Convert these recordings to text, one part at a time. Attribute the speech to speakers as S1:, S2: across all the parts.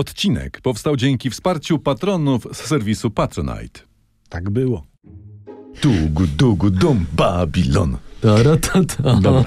S1: Odcinek powstał dzięki wsparciu patronów z serwisu Patronite.
S2: Tak było.
S1: Dugu, dugu, dum, Babilon.
S3: Dobra, to, to.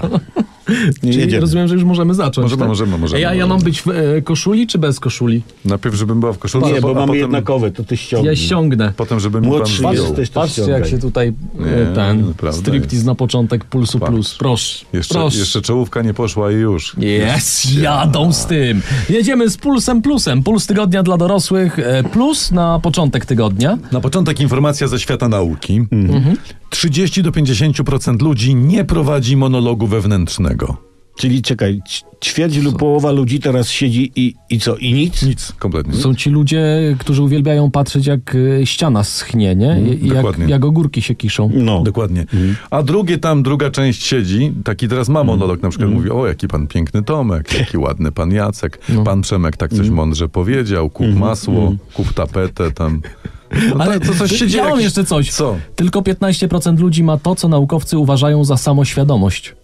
S2: jedziemy?
S3: Rozumiem, że już możemy zacząć. tak?
S1: Możemy, możemy, możemy.
S3: Ja, ja mam być w e, koszuli czy bez koszuli?
S1: Najpierw, żebym była w koszulce,
S2: Nie,
S1: a
S2: bo
S1: po- a
S2: mamy
S1: potem,
S2: jednakowe, to ty ściągnij.
S3: Ja ściągnę.
S1: Potem, żeby mi pan
S2: Młodszy
S1: zdjął.
S2: jesteś, to
S3: Patrzcie,
S2: ściągaj.
S3: jak się tutaj e,
S1: Nie,
S3: ten
S1: prawda
S3: striptease
S1: jest.
S3: na początek Pulsu
S1: Patrz.
S3: Plus. Proszę.
S1: Jeszcze,
S3: proszę.
S1: jeszcze czołówka nie poszła i już.
S3: Jest, jadą z tym. Jedziemy z Pulsem Plusem. Puls tygodnia dla dorosłych e, plus na początek tygodnia.
S1: Na początek informacja ze świata nauki.
S2: Mhm.
S1: 30 do 50% ludzi nie prowadzi monologu wewnętrznego.
S2: Czyli czekaj, ć- ćwierć lub połowa ludzi teraz siedzi i, i co, i nic?
S1: Nic, kompletnie.
S3: Są ci ludzie, którzy uwielbiają patrzeć jak e, ściana schnie, nie? I, i
S1: dokładnie.
S3: jak, jak ogórki się kiszą.
S2: No,
S1: Dokładnie.
S3: Mhm.
S1: A drugie tam, druga część siedzi, taki teraz ma monolog, na przykład
S3: Mhm.
S1: mówi, o jaki pan piękny Tomek, jaki ładny pan Jacek,
S3: No.
S1: pan Przemek tak coś
S3: Mhm.
S1: mądrze powiedział, kup masło, kup tapetę tam. No
S3: Ale
S1: to, to coś się dzieje.
S3: Ja mam
S1: jakieś-
S3: jeszcze coś.
S1: Co?
S3: Tylko 15% ludzi ma to, co naukowcy uważają za samoświadomość.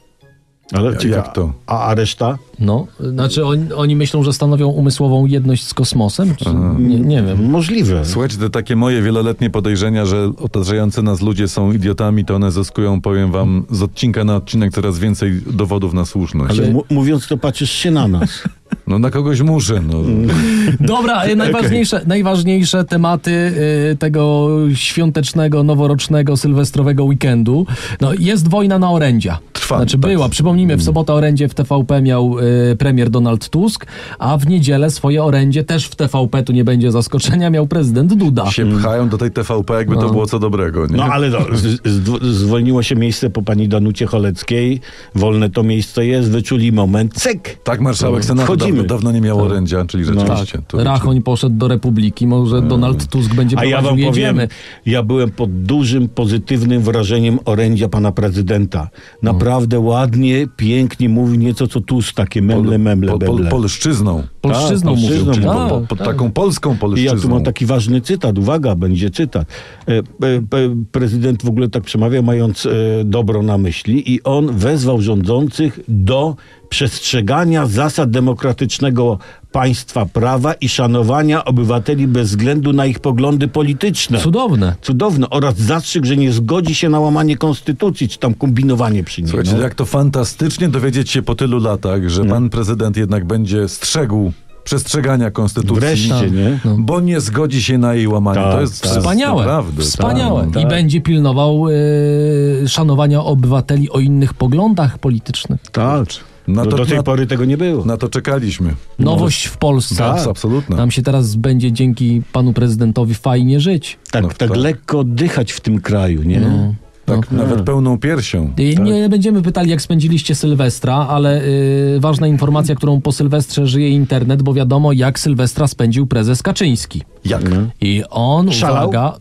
S2: ale
S1: Ja-
S2: czekaj,
S1: jak to?
S2: A, a reszta?
S3: No, znaczy on, oni myślą, że stanowią umysłową jedność z kosmosem? Czy, nie, nie wiem.
S2: Możliwe.
S1: Słuchajcie, te takie moje wieloletnie podejrzenia, że otaczający nas ludzie są idiotami, to one zyskują, powiem wam, z odcinka na odcinek coraz więcej dowodów na słuszność.
S2: Ale mu- mówiąc to patrzysz się na nas.
S1: No na kogoś muszę, no.
S3: Mhm. Dobra, e, najważniejsze, najważniejsze tematy e, tego świątecznego, noworocznego, sylwestrowego weekendu. No, jest wojna na orędzia.
S1: Trwa,
S3: Znaczy
S1: tak.
S3: była. Przypomnijmy, w sobotę orędzie w TVP miał e, premier Donald Tusk, a w niedzielę swoje orędzie też w TVP, tu nie będzie zaskoczenia, miał prezydent Duda.
S1: Się pchają do tej TVP, jakby to było co dobrego, nie?
S2: No ale no, z, z, zwolniło się miejsce po pani Danucie Choleckiej, wolne to miejsce jest, wyczuli moment, cyk!
S1: Tak, marszałek Senatu
S2: Wchodzimy. Tak.
S1: dawno, dawno nie miał orędzia, czyli rzeczywiście.
S3: Tak,
S1: to- znaczy
S3: Rachoń poszedł do Republiki, może Donald Tusk będzie
S2: A
S3: prowadził,
S2: ja wam powiem,
S3: jedziemy.
S2: ja byłem pod dużym, pozytywnym wrażeniem orędzia pana prezydenta. Naprawdę ładnie, pięknie mówi nieco co tu z takie memle, memle,
S1: po, po,
S2: beble.
S1: polszczyzną.
S3: Polszczyzną
S2: Tak,
S3: mówił.
S2: polszczyzną,
S1: Po,
S3: Tak,
S1: po, pod
S3: tak.
S1: taką polską
S2: I ja tu
S1: polszczyzną.
S2: mam taki ważny cytat, uwaga, będzie cytat. E, e, pe- prezydent w ogóle tak przemawia, mając e, dobro na myśli i on wezwał rządzących do przestrzegania zasad demokratycznego państwa prawa i szanowania obywateli bez względu na ich poglądy polityczne.
S3: Cudowne.
S2: Cudowne. Oraz zastrzyk, że nie zgodzi się na łamanie konstytucji, czy tam kombinowanie przy niej.
S1: Słuchajcie,
S2: no.
S1: jak to fantastycznie dowiedzieć się po tylu latach, że pan prezydent jednak będzie strzegł przestrzegania konstytucji.
S2: Wreszcie, nie?
S1: Bo nie No, zgodzi się na jej łamanie.
S2: Tak,
S1: to jest
S2: tak.
S3: Wspaniałe.
S1: Naprawdę,
S3: wspaniałe.
S1: Tak.
S3: I będzie pilnował y, szanowania obywateli o innych poglądach politycznych.
S2: Tak.
S1: No
S2: do,
S1: to-
S2: do tej
S1: na-
S2: pory tego nie było.
S1: Na to czekaliśmy.
S3: Nowość w Polsce.
S1: No. Tak, absolutna.
S3: Nam się teraz będzie dzięki panu prezydentowi fajnie żyć.
S2: tak,
S1: no,
S2: tak,
S1: tak.
S2: lekko oddychać w tym kraju, nie?
S1: Tak,
S2: No.
S1: nawet pełną piersią.
S3: No. I Nie będziemy pytali, jak spędziliście Sylwestra, ale y, ważna informacja, którą po Sylwestrze żyje internet, bo wiadomo, jak Sylwestra spędził prezes Kaczyński.
S1: Jak?
S3: I on,
S2: Szalał?
S3: uwaga,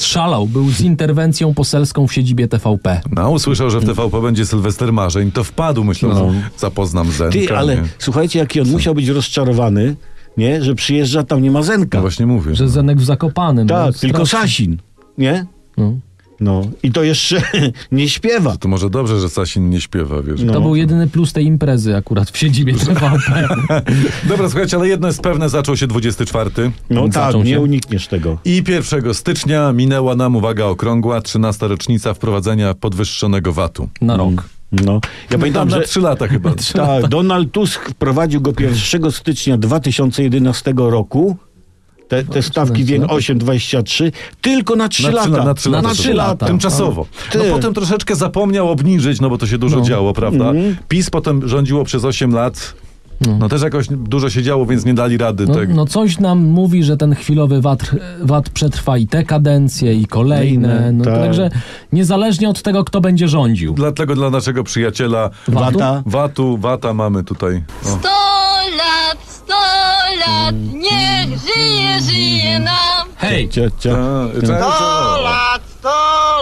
S3: szalał. Był z interwencją poselską w siedzibie TVP.
S1: No, usłyszał, że w TVP będzie Sylwester Marzeń, to wpadł, myślał,
S2: No.
S1: zapoznam Zenka.
S2: Ty, ale
S1: nie?
S2: słuchajcie, jaki on musiał być rozczarowany, nie? Że przyjeżdża, tam nie ma Zenka.
S1: No właśnie mówię.
S3: Że Zenek w Zakopanem.
S2: tak,
S3: no,
S2: tylko
S3: strasznie.
S2: Sasin, nie?
S3: No.
S2: No. I to jeszcze nie śpiewa.
S1: To może dobrze, że Sasin nie śpiewa, wiesz.
S2: no.
S3: To był jedyny plus tej imprezy akurat w siedzibie TVP.
S1: Dobra, słuchajcie, ale jedno jest pewne, zaczął się 24.
S2: No tak,
S3: Zaczął
S2: nie
S3: się.
S2: unikniesz tego.
S1: I 1 stycznia minęła nam, uwaga, okrągła 13. rocznica wprowadzenia podwyższonego VAT-u.
S3: Na rok.
S2: No. Ja pamiętam,
S1: na
S2: że...
S1: 3 lata chyba.
S2: Tak, Donald Tusk wprowadził go 1 stycznia 2011 roku. Te, te stawki wiek 8,23 tylko na 3
S1: trzy
S2: lata.
S1: na trzy lata.
S2: Na
S1: to
S2: trzy
S1: było.
S2: lata.
S1: Tymczasowo.
S2: Ty.
S1: No potem troszeczkę zapomniał obniżyć, no bo to się dużo działo, prawda? PiS potem rządziło przez 8 lat. No też jakoś dużo się działo, więc nie dali rady
S2: Tak.
S3: No,
S1: tego.
S3: no coś nam mówi, że ten chwilowy VAT, VAT przetrwa i te kadencje, i kolejne.
S2: Inne,
S3: No,
S2: tak.
S3: Także niezależnie od tego, kto będzie rządził.
S1: Dlatego dla naszego przyjaciela
S3: VAT-u?
S2: Wata.
S1: VAT-u, VAT-a mamy tutaj. O.
S4: Sto lat, sto lat, niech żyje, żyje nam.
S3: Hej!
S2: Cia, cia.
S1: A, cza- cza-
S5: lat, sto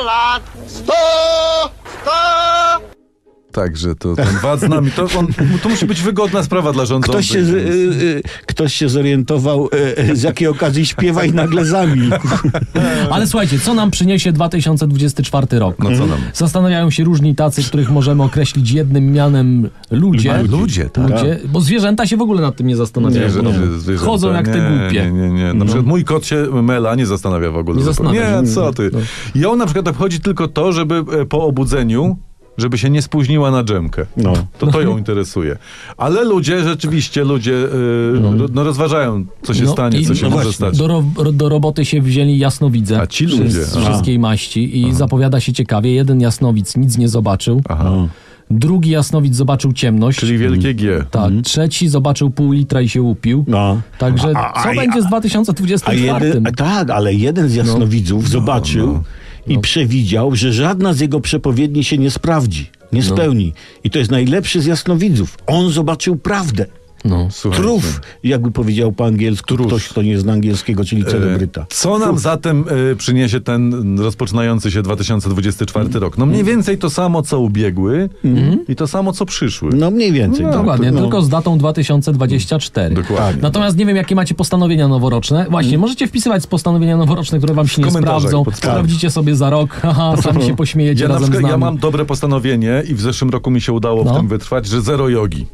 S5: lat, sto, sto.
S1: Także to ten wad z nami, to, on, to musi być wygodna sprawa dla rządzących.
S2: Ktoś się, z-
S1: więc-
S2: y, y, ktoś się zorientował, y, y, z jakiej okazji śpiewa i nagle zamilkł.
S3: Ale słuchajcie, co nam przyniesie 2024 rok?
S1: No co nam?
S3: Zastanawiają się różni tacy, których możemy określić jednym mianem ludzie.
S1: A, ludzie, tak.
S3: Ludzie, bo zwierzęta się w ogóle nad tym nie zastanawiają.
S1: Nie, że
S3: No.
S1: że zwierzęta-
S3: Chodzą jak te
S1: nie,
S3: głupie. No.
S1: Nie, nie, nie. Na przykład mój kot się Mela nie zastanawia w ogóle.
S3: Nie
S1: zupełnie.
S3: zastanawia. No.
S1: Nie, co ty. I on na przykład obchodzi tylko to, żeby e, po obudzeniu, żeby się nie spóźniła na dżemkę.
S2: No.
S1: To, to ją interesuje. Ale ludzie, rzeczywiście ludzie e, no. rozważają, co się
S3: No
S1: stanie,
S3: i-
S1: co się
S3: no
S1: może
S2: właśnie.
S1: stać.
S3: Do, ro, ro- do roboty się wzięli jasnowidze.
S1: A ci
S3: przy-
S1: ludzie,
S3: Z
S1: aha.
S3: wszystkiej maści i zapowiada się ciekawie. Jeden jasnowidz nic nie zobaczył.
S1: Aha.
S3: Drugi jasnowidz zobaczył ciemność.
S1: Czyli Mhm. wielkie G.
S3: Tak, trzeci zobaczył pół litra i się upił.
S2: No.
S3: Także
S2: A- a-
S3: co
S2: a-
S3: będzie z
S2: A
S3: 2024?
S2: jeden, a tak, ale jeden
S1: No.
S2: z jasnowidzów zobaczył i
S3: No.
S2: przewidział, że żadna z jego przepowiedni się nie sprawdzi,
S3: No.
S2: nie spełni. I to jest najlepszy z jasnowidzów. On zobaczył prawdę.
S3: No.
S1: Słuchajcie.
S2: Truf, jakby powiedział po angielsku ktoś, kto nie zna angielskiego,
S1: E,
S2: czyli celebryta.
S1: Co nam zatem e, przyniesie ten rozpoczynający się 2024 rok? No mniej więcej to samo, co ubiegły i to samo, co przyszły.
S2: No mniej więcej.
S1: No,
S2: tak,
S3: Dokładnie,
S2: no.
S3: tylko z datą 2024.
S1: Dokładnie.
S3: Natomiast nie wiem, jakie macie postanowienia noworoczne. Właśnie, możecie wpisywać postanowienia noworoczne, które wam się nie
S1: Hmm? komentarzach
S3: sprawdzą.
S1: pod spodem.
S3: Sprawdzicie sobie za rok, haha, sami się pośmiejecie
S1: Ja na
S3: razem z
S1: przykład
S3: nami.
S1: ja mam dobre postanowienie i w zeszłym roku mi się udało
S3: No.
S1: w tym wytrwać, że zero jogi.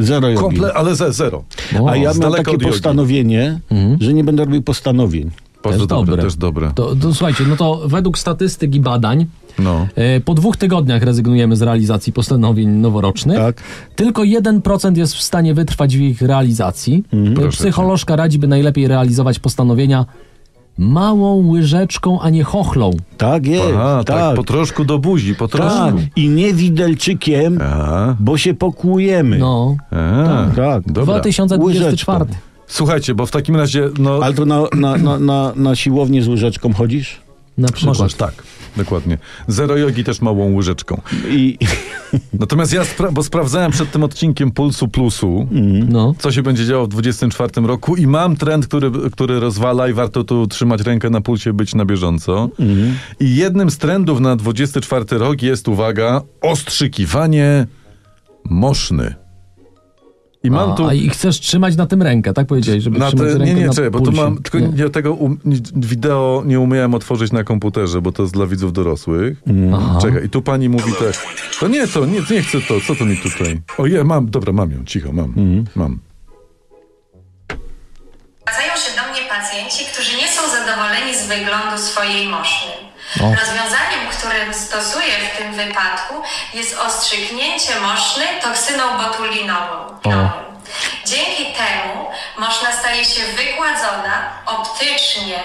S2: Zero jogi.
S1: Komple, ale ze, zero.
S3: O, Mhm.
S2: A ja
S1: z
S2: mam
S1: daleka
S2: No. takie
S1: od jogi.
S2: postanowienie, że nie będę robił postanowień.
S1: Bardzo dobre,
S3: dobre.
S1: też dobre.
S3: To, to słuchajcie, no to według statystyk i badań
S1: No.
S3: e, po dwóch tygodniach rezygnujemy z realizacji postanowień noworocznych.
S2: Tak.
S3: Tylko 1% jest w stanie wytrwać w ich realizacji. E,
S1: Hmm. Proszę
S3: Psycholożka radzi, by najlepiej realizować postanowienia małą łyżeczką, a nie chochlą.
S2: Tak jest,
S1: Aha, tak.
S2: tak.
S1: po troszku do buzi, po
S2: tak.
S1: troszku.
S2: I nie widelczykiem,
S1: Aha.
S2: bo się pokłujemy.
S3: No.
S1: A,
S2: tak.
S1: Dobra.
S3: 2024.
S2: Łyżeczką.
S1: Słuchajcie, bo w takim razie, no,
S2: Ale to na, na, na, na, na siłownię z łyżeczką chodzisz?
S3: Na przykład.
S1: możesz, tak, dokładnie. Zero jogi też małą łyżeczką.
S2: I
S1: Natomiast ja, spra- bo sprawdzałem przed tym odcinkiem Pulsu Plusu,
S3: No.
S1: co się będzie działo w 24 roku i mam trend, który, który rozwala i warto tu trzymać rękę na pulsie, być na bieżąco. I jednym z trendów na 24 rok jest, uwaga, ostrzykiwanie moszny. I mam
S3: a,
S1: tu...
S3: a i chcesz trzymać na tym rękę, tak powiedziałeś, żeby
S1: Na
S3: trzymać
S1: te,
S3: rękę
S1: No, nie, nie,
S3: na
S1: czekaj, bo tu
S3: pulsie.
S1: mam, tylko
S3: Nie.
S1: ja tego um, ni- wideo nie umiałem otworzyć na komputerze, bo to jest dla widzów dorosłych.
S3: Mm. Aha.
S1: Czekaj, i tu pani mówi te, to nie to, nie, nie chcę to, co to mi tutaj? O je, mam, dobra, mam ją, cicho, mam,
S3: Mhm.
S1: mam.
S5: Zgadzają się do mnie pacjenci, którzy nie są zadowoleni z wyglądu swojej moszny. Rozwiązaniem, które stosuję w tym wypadku, jest ostrzyknięcie moszny toksyną botulinową. Dzięki temu moszna staje się wygładzona, optycznie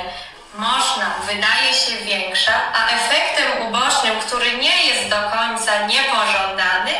S5: moszna wydaje się większa, a efektem ubocznym, który nie jest do końca niepożądany,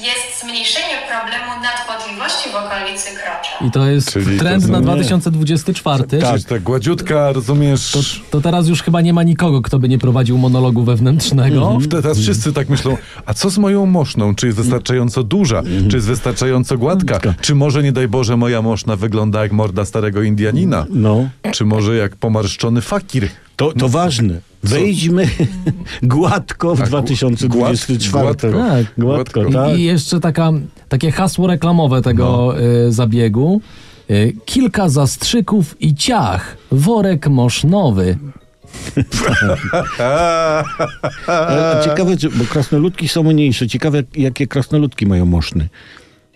S5: jest zmniejszenie problemu nadpotliwości w okolicy krocza.
S3: I to jest
S1: Czyli to
S3: trend
S1: są-
S3: na
S1: nie. Tak.
S3: 2024.
S1: Przecież ta gładziutka, rozumiesz...
S3: Tak. To, to teraz już chyba nie ma nikogo, kto by nie prowadził monologu wewnętrznego.
S1: No, teraz wszyscy tak myślą, a co z moją moszną? Czy jest wystarczająco duża?
S3: Mhm.
S1: Czy jest wystarczająco gładka? Czy może, nie daj Boże, moja moszna wygląda jak morda starego Indianina?
S2: no,
S1: Czy może jak pomarszczony fakir?
S2: to, to ważne. Wejdźmy gładko w
S1: Tak,
S2: 2024.
S1: gładko,
S3: Tak,
S1: gładko.
S2: gładko,
S1: I-
S2: tak.
S3: I jeszcze taka, takie hasło reklamowe tego
S1: No.
S3: y, zabiegu. Y, kilka zastrzyków i ciach. Worek mosznowy.
S2: A, a E, ciekawe, czy, bo krasnoludki są mniejsze. Ciekawe, jakie krasnoludki mają moszny.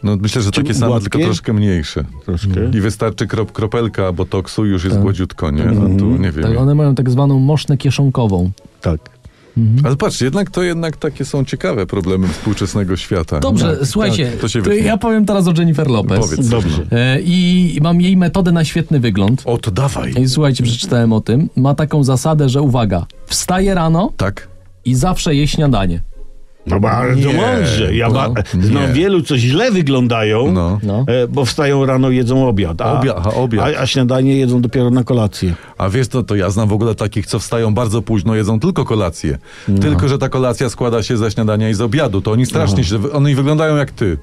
S1: No myślę, że takie same,
S2: gładkie?
S1: tylko troszkę mniejsze.
S2: Troszkę.
S1: I wystarczy krop, kropelka botoksu i już jest gładziutko, nie? A tu nie wiem.
S3: Tak, one mają tak zwaną mosznę kieszonkową.
S2: Tak.
S1: Ale patrz, jednak to jednak takie są ciekawe problemy współczesnego świata.
S3: Dobrze,
S1: Tak,
S3: słuchajcie,
S1: tak, to się
S3: to
S1: wytnie.
S3: ja powiem teraz o Jennifer Lopez.
S1: Powiedz.
S2: Dobrze.
S3: E, I mam jej metodę na świetny wygląd.
S1: O, to dawaj.
S3: I słuchajcie, przeczytałem o tym. Ma taką zasadę, że uwaga, wstaje rano
S1: Tak?
S3: i zawsze je śniadanie.
S2: No bardzo
S1: Nie.
S2: mądrze. Ja
S1: No,
S2: ba-
S1: nie.
S2: znam wielu, co źle wyglądają,
S1: No.
S3: No.
S2: e, bo wstają rano, jedzą obiad. A,
S1: Obiad, aha, obiad.
S2: A, a śniadanie jedzą dopiero na kolację.
S1: A wiesz, to, to ja znam w ogóle takich, co wstają bardzo późno, jedzą tylko kolację.
S3: No.
S1: Tylko, że ta kolacja składa się ze śniadania i z obiadu. To oni
S3: No.
S1: strasznie się, oni wyglądają jak ty.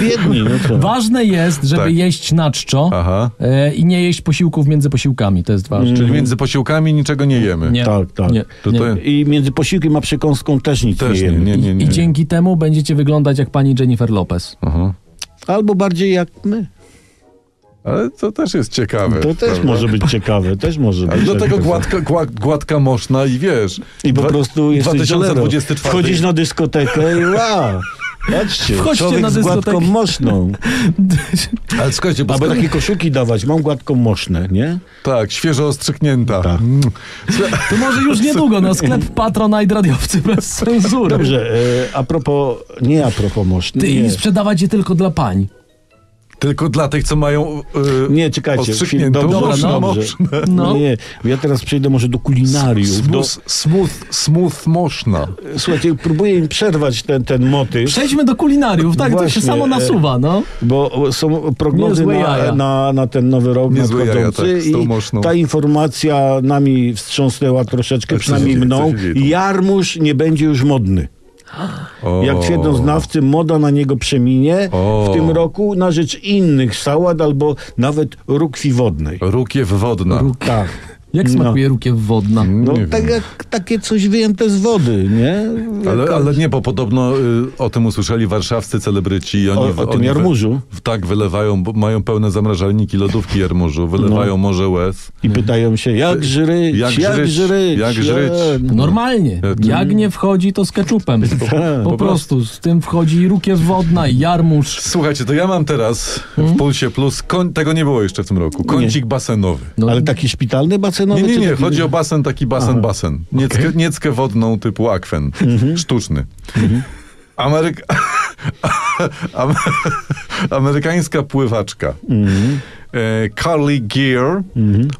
S2: Biedni, no co?
S3: Ważne jest, żeby
S1: Tak.
S3: jeść na czczo
S1: Aha.
S3: e, i nie jeść posiłków między posiłkami. To jest ważne.
S1: Czyli między posiłkami niczego nie jemy.
S3: Mhm. Nie.
S2: Mm. Tak, tak.
S3: Nie,
S1: To
S3: nie.
S1: to-
S2: I między posiłkiem lepiej ma przekąską też nic
S1: Też
S2: nie
S1: nie,
S2: jemy.
S1: nie, nie. nie.
S3: I dzięki temu będziecie wyglądać jak pani Jennifer Lopez.
S1: Aha.
S2: Albo bardziej jak my.
S1: Ale to też jest ciekawe.
S2: To też
S1: prawda?
S2: może być ciekawe, też może
S1: Ale
S2: być.
S1: do tego
S2: tak.
S1: gładka, gła- gładka moszna i wiesz.
S2: I po
S1: dwa-
S2: prostu jesteś
S1: 2024.
S2: żelero. Wchodzisz na dyskotekę i wow, patrzcie,
S3: Wchodźcie
S2: człowiek
S3: na
S2: z gładką
S3: dyskotekę.
S2: moszną.
S1: Ale słuchajcie, bo
S2: Aby
S1: skoro-
S2: takie koszulki dawać, mam gładką moszne, nie?
S1: Tak, świeżo ostrzyknięta.
S2: Tak.
S1: Mm. Słuchaj-
S3: To może już niedługo, no sklep Patronite Radiowcy bez cenzury.
S2: Dobrze, e, a propos, nie a propos moszny.
S3: Ty,
S2: nie.
S3: I sprzedawać je tylko dla pań.
S1: Tylko dla tych, co mają yy,
S2: Nie, czekajcie.
S1: ostrzykniętą
S2: chwil-
S3: dobra,
S1: moszną.
S3: no.
S2: dobrze.
S1: moszną.
S3: No.
S2: Nie, nie. Ja teraz przejdę może do kulinariów. Do,
S1: Smooth, smooth, smooth moszna.
S2: słuchajcie, próbuję im przerwać ten, ten motyw.
S3: Przejdźmy do kulinariów, tak? to
S2: Właśnie,
S3: się samo
S2: e,
S3: nasuwa, no.
S2: Bo są prognozy
S3: Niezłe
S2: na,
S3: jaja.
S2: na, na ten nowy rok
S1: Niezłe jaja,
S2: nadchodzący
S1: tak, z tą moszną.
S2: i ta informacja nami wstrząsnęła troszeczkę,
S1: Ale co
S2: przynajmniej
S1: się dzieje,
S2: mną.
S1: co się dzieje?
S2: Jarmuż nie będzie już modny.
S1: O.
S2: Jak twierdzą znawcy, moda na niego przeminie
S1: O.
S2: w tym roku na rzecz innych sałat albo nawet rukwi wodnej.
S1: Rukiew wodna.
S2: Tak.
S3: Jak
S2: no.
S3: smakuje rukiew wodna?
S2: No,
S1: Nie
S2: tak
S1: wiem. Tak.
S2: jak takie coś wyjęte z wody, nie?
S1: Ale, ale nie, bo podobno y, o tym usłyszeli warszawscy celebryci. i Oni,
S2: O- o
S1: oni
S2: tym
S1: we-
S2: jarmużu?
S1: W, tak, wylewają, bo mają pełne zamrażalniki, lodówki jarmużu, wylewają
S2: No.
S1: morze łez.
S2: I pytają się, jak żyryć,
S1: Tak. Jak
S2: jak
S1: żryć,
S2: żyryć, E,
S1: jak żryć?
S3: Normalnie.
S1: Ja tu-
S3: Jak nie wchodzi, to z keczupem. Po,
S1: Tak, po
S3: po prostu. Z tym wchodzi i rukiew wodna, i jarmuż.
S1: Słuchajcie, to ja mam teraz
S2: Hmm?
S1: w Pulsie Plus, koń, tego nie było jeszcze w tym roku, kącik basenowy.
S3: No,
S2: Ale taki szpitalny basenowy?
S1: Nie, nie,
S2: czy
S1: nie,
S2: taki-
S1: chodzi o basen, taki basen, basen. Nieckę, nieckę wodną typu akwen,
S2: Mhm.
S1: sztuczny. Ameryk... Am- Amerykańska pływaczka
S2: Mhm.
S1: e, Carly Gear,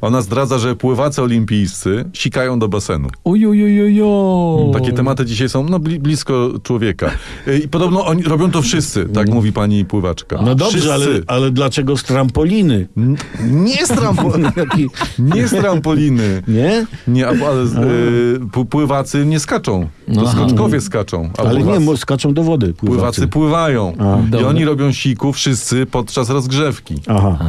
S1: ona zdradza, że pływacy olimpijscy sikają do basenu.
S3: Ujujujuju.
S1: Takie tematy dzisiaj są no, bli, blisko człowieka. E, I podobno oni robią to wszyscy, tak mówi pani pływaczka.
S2: Mhm. No dobrze, ale,
S1: Wszyscy.
S2: ale dlaczego z trampoliny?
S1: N- Nie z, trampo-
S2: Taki,
S1: nie z trampoliny.
S2: nie?
S1: Nie, a- ale z- y, pu- pływacy nie skaczą. To
S3: Aha.
S1: skoczkowie skaczą. A
S2: No. Ale nie,
S1: pływacy,
S2: mo- skaczą do wody pływacy.
S1: pływacy pływają. I
S3: Dobra.
S1: oni robią siku wszyscy podczas rozgrzewki.
S2: Aha.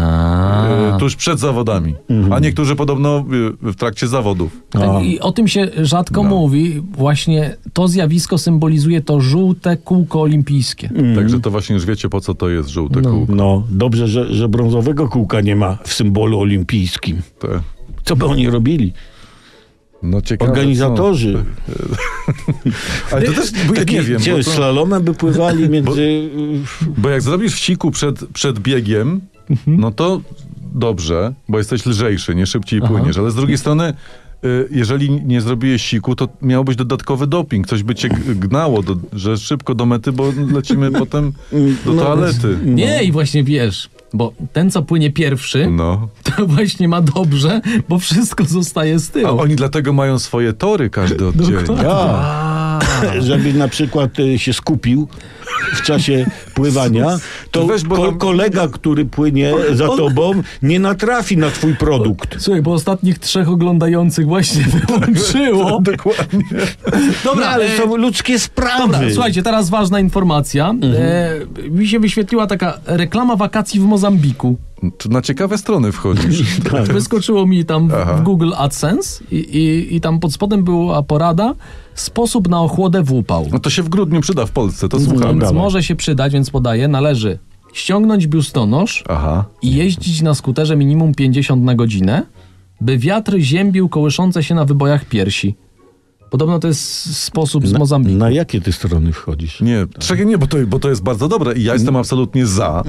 S1: Y, Tuż przed zawodami.
S2: Mhm.
S1: A niektórzy podobno y, w trakcie zawodów.
S3: Tak, I o tym się rzadko
S1: No.
S3: mówi. Właśnie to zjawisko symbolizuje to żółte kółko olimpijskie.
S1: Także to właśnie już wiecie, po co to jest żółte kółko.
S2: Mhm. No, dobrze, że, że brązowego kółka nie ma w symbolu olimpijskim.
S1: Te,
S2: Co by oni robili?
S1: no ciekawe.
S2: Organizatorzy.
S1: co. Ale to też, bo ja
S2: Taki,
S1: nie wiem,
S2: gdzie,
S1: bo, to,
S2: slalomem by pływali między... y,
S1: bo jak zrobisz w siku przed, przed biegiem, no to dobrze, bo jesteś lżejszy, nie szybciej płyniesz. Ale z drugiej strony, y, jeżeli nie zrobiłeś siku, to miał być dodatkowy doping. Coś by cię g- gnało, do, że szybko do mety, bo lecimy potem do
S2: no,
S1: toalety.
S3: Nie, i właśnie wiesz, bo ten, co płynie pierwszy,
S1: No.
S3: to właśnie ma dobrze, bo wszystko zostaje z
S1: A
S3: tyłu.
S1: oni dlatego mają swoje tory każdy oddzielnie.
S2: A,
S3: A,
S2: żeby na przykład y, się skupił w czasie pływania, to
S1: weź, bo
S2: ko-
S1: tam-
S2: kolega, który płynie za tobą, nie natrafi na twój produkt.
S3: Słuchaj, bo ostatnich trzech oglądających właśnie
S1: Tak.
S3: wyłączyło.
S1: Dokładnie.
S3: Dobra,
S2: Nie, No, ale
S3: e,
S2: są ludzkie sprawy.
S3: Dobra, słuchajcie, teraz ważna informacja. E, mi się wyświetliła taka reklama wakacji w Mozambiku.
S1: To Na ciekawe strony wchodzisz.
S2: Tak.
S3: Wyskoczyło mi tam w-
S1: Aha.
S3: w Google AdSense i, i, i tam pod spodem była porada sposób na ochłodę w upał.
S1: No to się w grudniu przyda w Polsce, to słucham.
S3: Więc
S2: dawaj.
S3: może się przydać, więc podaję. Należy ściągnąć biustonosz
S1: Aha.
S3: i jeździć na skuterze minimum 50 na godzinę, by wiatr ziębił kołyszące się na wybojach piersi. Podobno to jest sposób z Mozambiku.
S2: Na jakie ty strony wchodzisz?
S1: Nie, czekaj, nie, bo to, bo to jest bardzo dobre i ja jestem absolutnie za.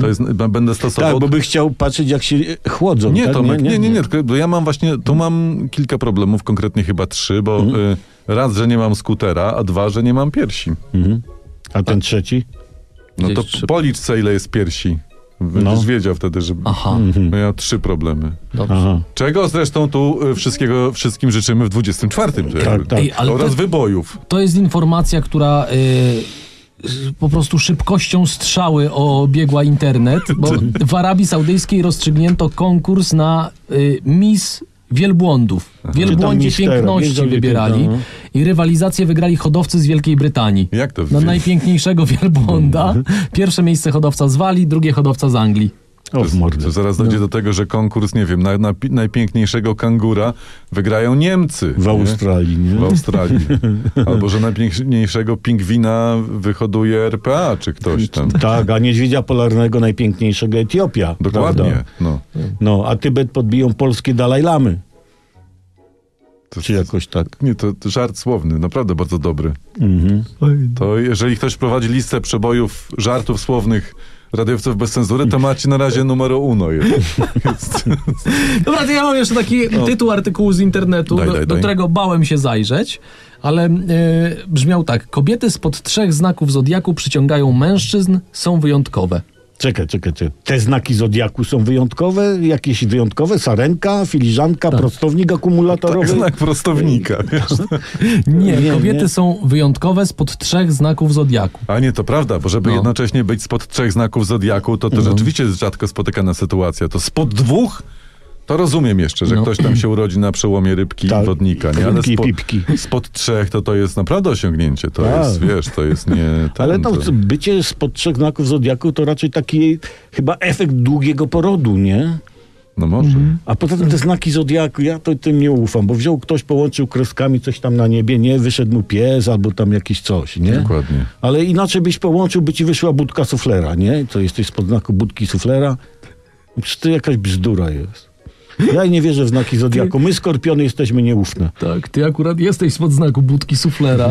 S1: To jest, b- będę stosował.
S2: Tak, bo by chciał patrzeć, jak się chłodzą.
S1: Nie,
S2: tak?
S1: Tomek, nie, nie, nie, tylko, bo ja mam właśnie, tu mam kilka problemów, konkretnie chyba trzy, bo y, raz, że nie mam skutera, a dwa, że nie mam piersi.
S2: A ten trzeci?
S1: No to
S3: Gdzieś trzy-
S1: policz se, ile jest piersi. Będziesz
S2: No.
S1: wiedział wtedy, że
S3: Aha,
S1: miał trzy problemy.
S3: dobrze.
S2: Aha.
S1: Czego zresztą tu y, wszystkiego, wszystkim życzymy w 24. to jakby.
S2: tak.
S3: Ej, ale
S1: Oraz
S3: to-
S1: wybojów.
S3: To jest informacja, która y, z- po prostu szybkością strzały obiegła internet, bo w Arabii Saudyjskiej rozstrzygnięto konkurs na y, Miss Wielbłądów. Wielbłądzie
S2: Czy tam mistera,
S3: piękności
S2: wielbłądzie
S3: wybierali
S2: piękno,
S3: i rywalizację wygrali hodowcy z Wielkiej Brytanii.
S1: Jak to
S3: Na
S1: wy-
S3: najpiękniejszego wielbłąda. Pierwsze miejsce hodowca z Walii, drugie hodowca z Anglii.
S2: O, w No. mordę.
S1: To zaraz dojdzie do tego, że konkurs, nie wiem, na, na, pi- najpiękniejszego kangura wygrają Niemcy.
S2: W
S1: nie?
S2: Australii, nie?
S1: W Australii. Albo że najpiękniejszego pingwina wyhoduje RPA, czy ktoś tam.
S2: Tak, a niedźwiedzia polarnego najpiękniejszego Etiopia.
S1: Dokładnie.
S2: Prawda?
S1: No.
S2: No, a Tybet podbiją polskie Dalajlamy.
S1: To,
S2: Czy jakoś tak.
S1: nie, to żart słowny, naprawdę bardzo dobry.
S2: Mhm.
S1: To jeżeli ktoś prowadzi listę przebojów żartów słownych radiowców bez cenzury, to macie na razie numer uno. Jest. Jest.
S3: Dobra, to ja mam jeszcze taki tytuł artykułu z internetu,
S1: Daj,
S3: do,
S1: daj,
S3: do
S1: daj.
S3: którego bałem się zajrzeć, ale y, brzmiał tak. Kobiety spod trzech znaków zodiaku przyciągają mężczyzn, są wyjątkowe.
S2: Czekaj, czekaj, czekaj. Te znaki Zodiaku są wyjątkowe? Jakieś wyjątkowe? Sarenka, filiżanka, prostownik akumulatorowy?
S1: Tak, znak prostownika. wiesz.
S3: Nie,
S2: Nie,
S3: kobiety
S2: nie.
S3: są wyjątkowe spod trzech znaków zodiaku.
S1: A nie, to prawda, bo żeby
S3: No.
S1: jednocześnie być spod trzech znaków Zodiaku, to to
S2: No.
S1: rzeczywiście jest rzadko spotykana sytuacja. To spod dwóch, to rozumiem jeszcze, że
S3: No.
S1: ktoś tam się urodzi na przełomie rybki i
S2: Tak.
S1: wodnika, nie?
S2: Rybki i
S1: spod,
S2: pipki.
S1: spod trzech to to jest naprawdę osiągnięcie. To
S2: Tak.
S1: jest, wiesz, to jest nie... Ten,
S2: Ale tam
S1: to...
S2: bycie spod trzech znaków Zodiaku to raczej taki chyba efekt długiego porodu, nie?
S1: No może.
S2: A poza tym te znaki Zodiaku, ja to tym nie ufam, bo wziął ktoś, połączył kreskami coś tam na niebie, nie? Wyszedł mu pies albo tam jakiś coś, nie?
S1: Dokładnie.
S2: Ale inaczej byś połączył, by ci wyszła budka suflera, nie? To jesteś spod znaku budki suflera. Przecież to jakaś bzdura jest. Ja nie wierzę w znaki Zodiaku. My, skorpiony, jesteśmy nieufne.
S3: Tak, ty akurat jesteś spod znaku budki suflera.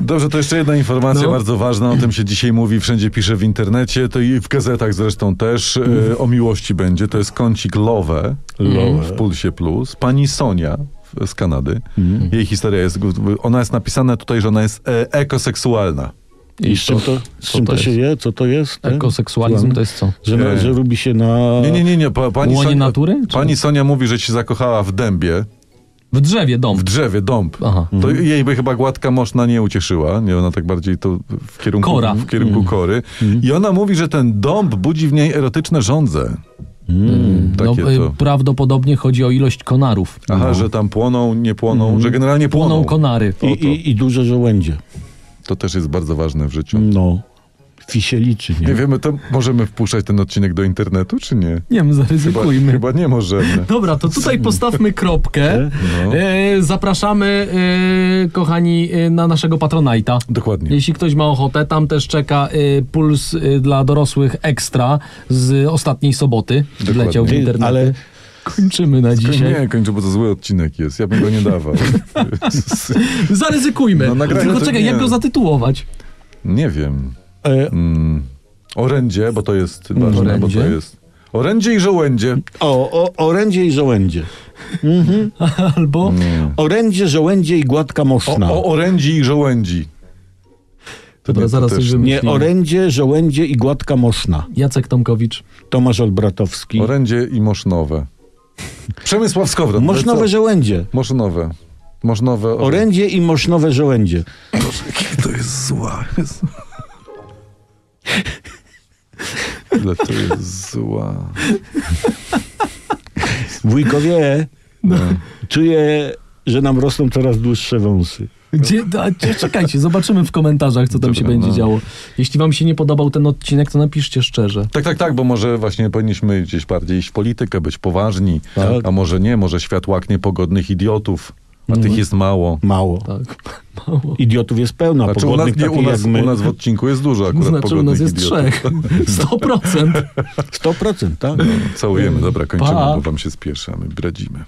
S1: Dobrze, to jeszcze jedna informacja
S3: No.
S1: bardzo ważna, o tym się dzisiaj mówi, wszędzie pisze w internecie, to i w gazetach zresztą też, e, o miłości będzie, to jest kącik Love
S3: Mhm.
S1: w Pulsie Plus, pani Sonia w- z Kanady,
S3: Mhm.
S1: jej historia jest, ona jest napisana tutaj, że ona jest e, ekoseksualna.
S2: I z czym to, z czym to, się je? Co to jest?
S3: Hmm?
S2: nie?
S3: Tak, Ekoseksualizm to jest co?
S2: Że, na,
S1: Nie.
S2: że lubi się na...
S1: Nie, nie, nie, nie, pa, pani,
S3: Łonie
S1: Sonia,
S3: natury, czy-
S1: pani Sonia mówi, że się zakochała w dębie,
S3: W drzewie dom.
S1: w drzewie, dąb.
S3: Aha. Mhm.
S1: To jej by chyba gładka moszna nie ucieszyła, nie, ona tak bardziej to w kierunku,
S3: Kora. Mhm.
S1: W kierunku kory. I ona mówi, że ten dąb budzi w niej erotyczne żądze.
S3: no,
S1: takie
S3: y,
S1: to.
S3: Prawdopodobnie chodzi o ilość konarów.
S1: Aha, że tam płoną, nie płoną, że generalnie płoną.
S3: No. Mhm. Płoną konary.
S2: I, i, I duże żołędzie.
S1: To też jest bardzo ważne w życiu.
S3: Mhm.
S2: No. Fi się liczy, nie?
S1: Nie wiemy, to możemy wpuszczać ten odcinek do internetu, czy nie?
S3: Nie wiem,
S1: Chyba,
S3: zaryzykujmy.
S1: chyba nie możemy.
S3: Dobra, to tutaj postawmy kropkę.
S1: no.
S3: E, zapraszamy, e, kochani, e, na naszego Patronite'a.
S1: Dokładnie.
S3: Jeśli ktoś ma ochotę, tam też czeka e, puls e, dla dorosłych ekstra z ostatniej soboty.
S1: Dokładnie.
S3: Wleciał w
S2: Ty,
S3: internet.
S2: ale
S3: kończymy na dzisiaj.
S1: Nie, kończę, bo to zły odcinek jest. Ja bym go nie dawał.
S3: Zaryzykujmy.
S1: No, nagrajmy
S3: Tylko
S1: to
S3: czekaj,
S1: nie.
S3: jak go zatytułować?
S1: nie wiem.
S2: e,
S1: Orędzie, bo to jest ważne,
S3: Mm, Orędzie.
S1: bo to jest. Orędzie i żołędzie.
S2: o, o, orędzie i żołędzie.
S3: Albo
S2: Orędzie, żołędzie i gładka
S1: O,
S2: moszna.
S1: o orędzi i żołędzi. To
S3: Dobra,
S1: nie, to
S3: zaraz
S1: też-
S3: coś
S2: nie,
S3: wymyślimy.
S2: orędzie, żołędzie i gładka moszna.
S3: Jacek Tomkowicz.
S2: Tomasz Olbratowski.
S1: Orędzie i mosznowe. Przemysław Skowron.
S2: Mosznowe żołędzie.
S1: Mosznowe. Mosznowe. orędzie.
S2: Orędzie i mosznowe żołędzie.
S1: To jest zła. Ile to jest zła.
S2: Wujkowie, no, czuję, że nam rosną coraz dłuższe wąsy.
S3: Gdzie, a, gdzie- czekajcie, zobaczymy w komentarzach, co tam się
S1: Dobra,
S3: będzie
S1: no.
S3: działo. Jeśli wam się nie podobał ten odcinek, to napiszcie szczerze.
S1: Tak, tak, tak, bo może właśnie powinniśmy gdzieś bardziej iść w politykę, być poważni,
S2: Tak.
S1: a może nie, może świat łaknie pogodnych idiotów, a tych jest mało.
S2: Mało.
S3: Tak, mało.
S2: Idiotów jest pełno, a
S1: Znaczy u nas,
S2: pogodnych
S1: nie, u,
S2: takich
S1: nas,
S2: jak my.
S1: u nas w odcinku jest dużo akurat
S3: Znaczy u nas
S1: pogodnych
S3: jest
S1: idiotów.
S3: trzech. 100%.
S2: 100%, tak?
S1: No. Całujemy, dobra, kończymy,
S3: Pa.
S1: bo wam się spieszamy, bradzimy.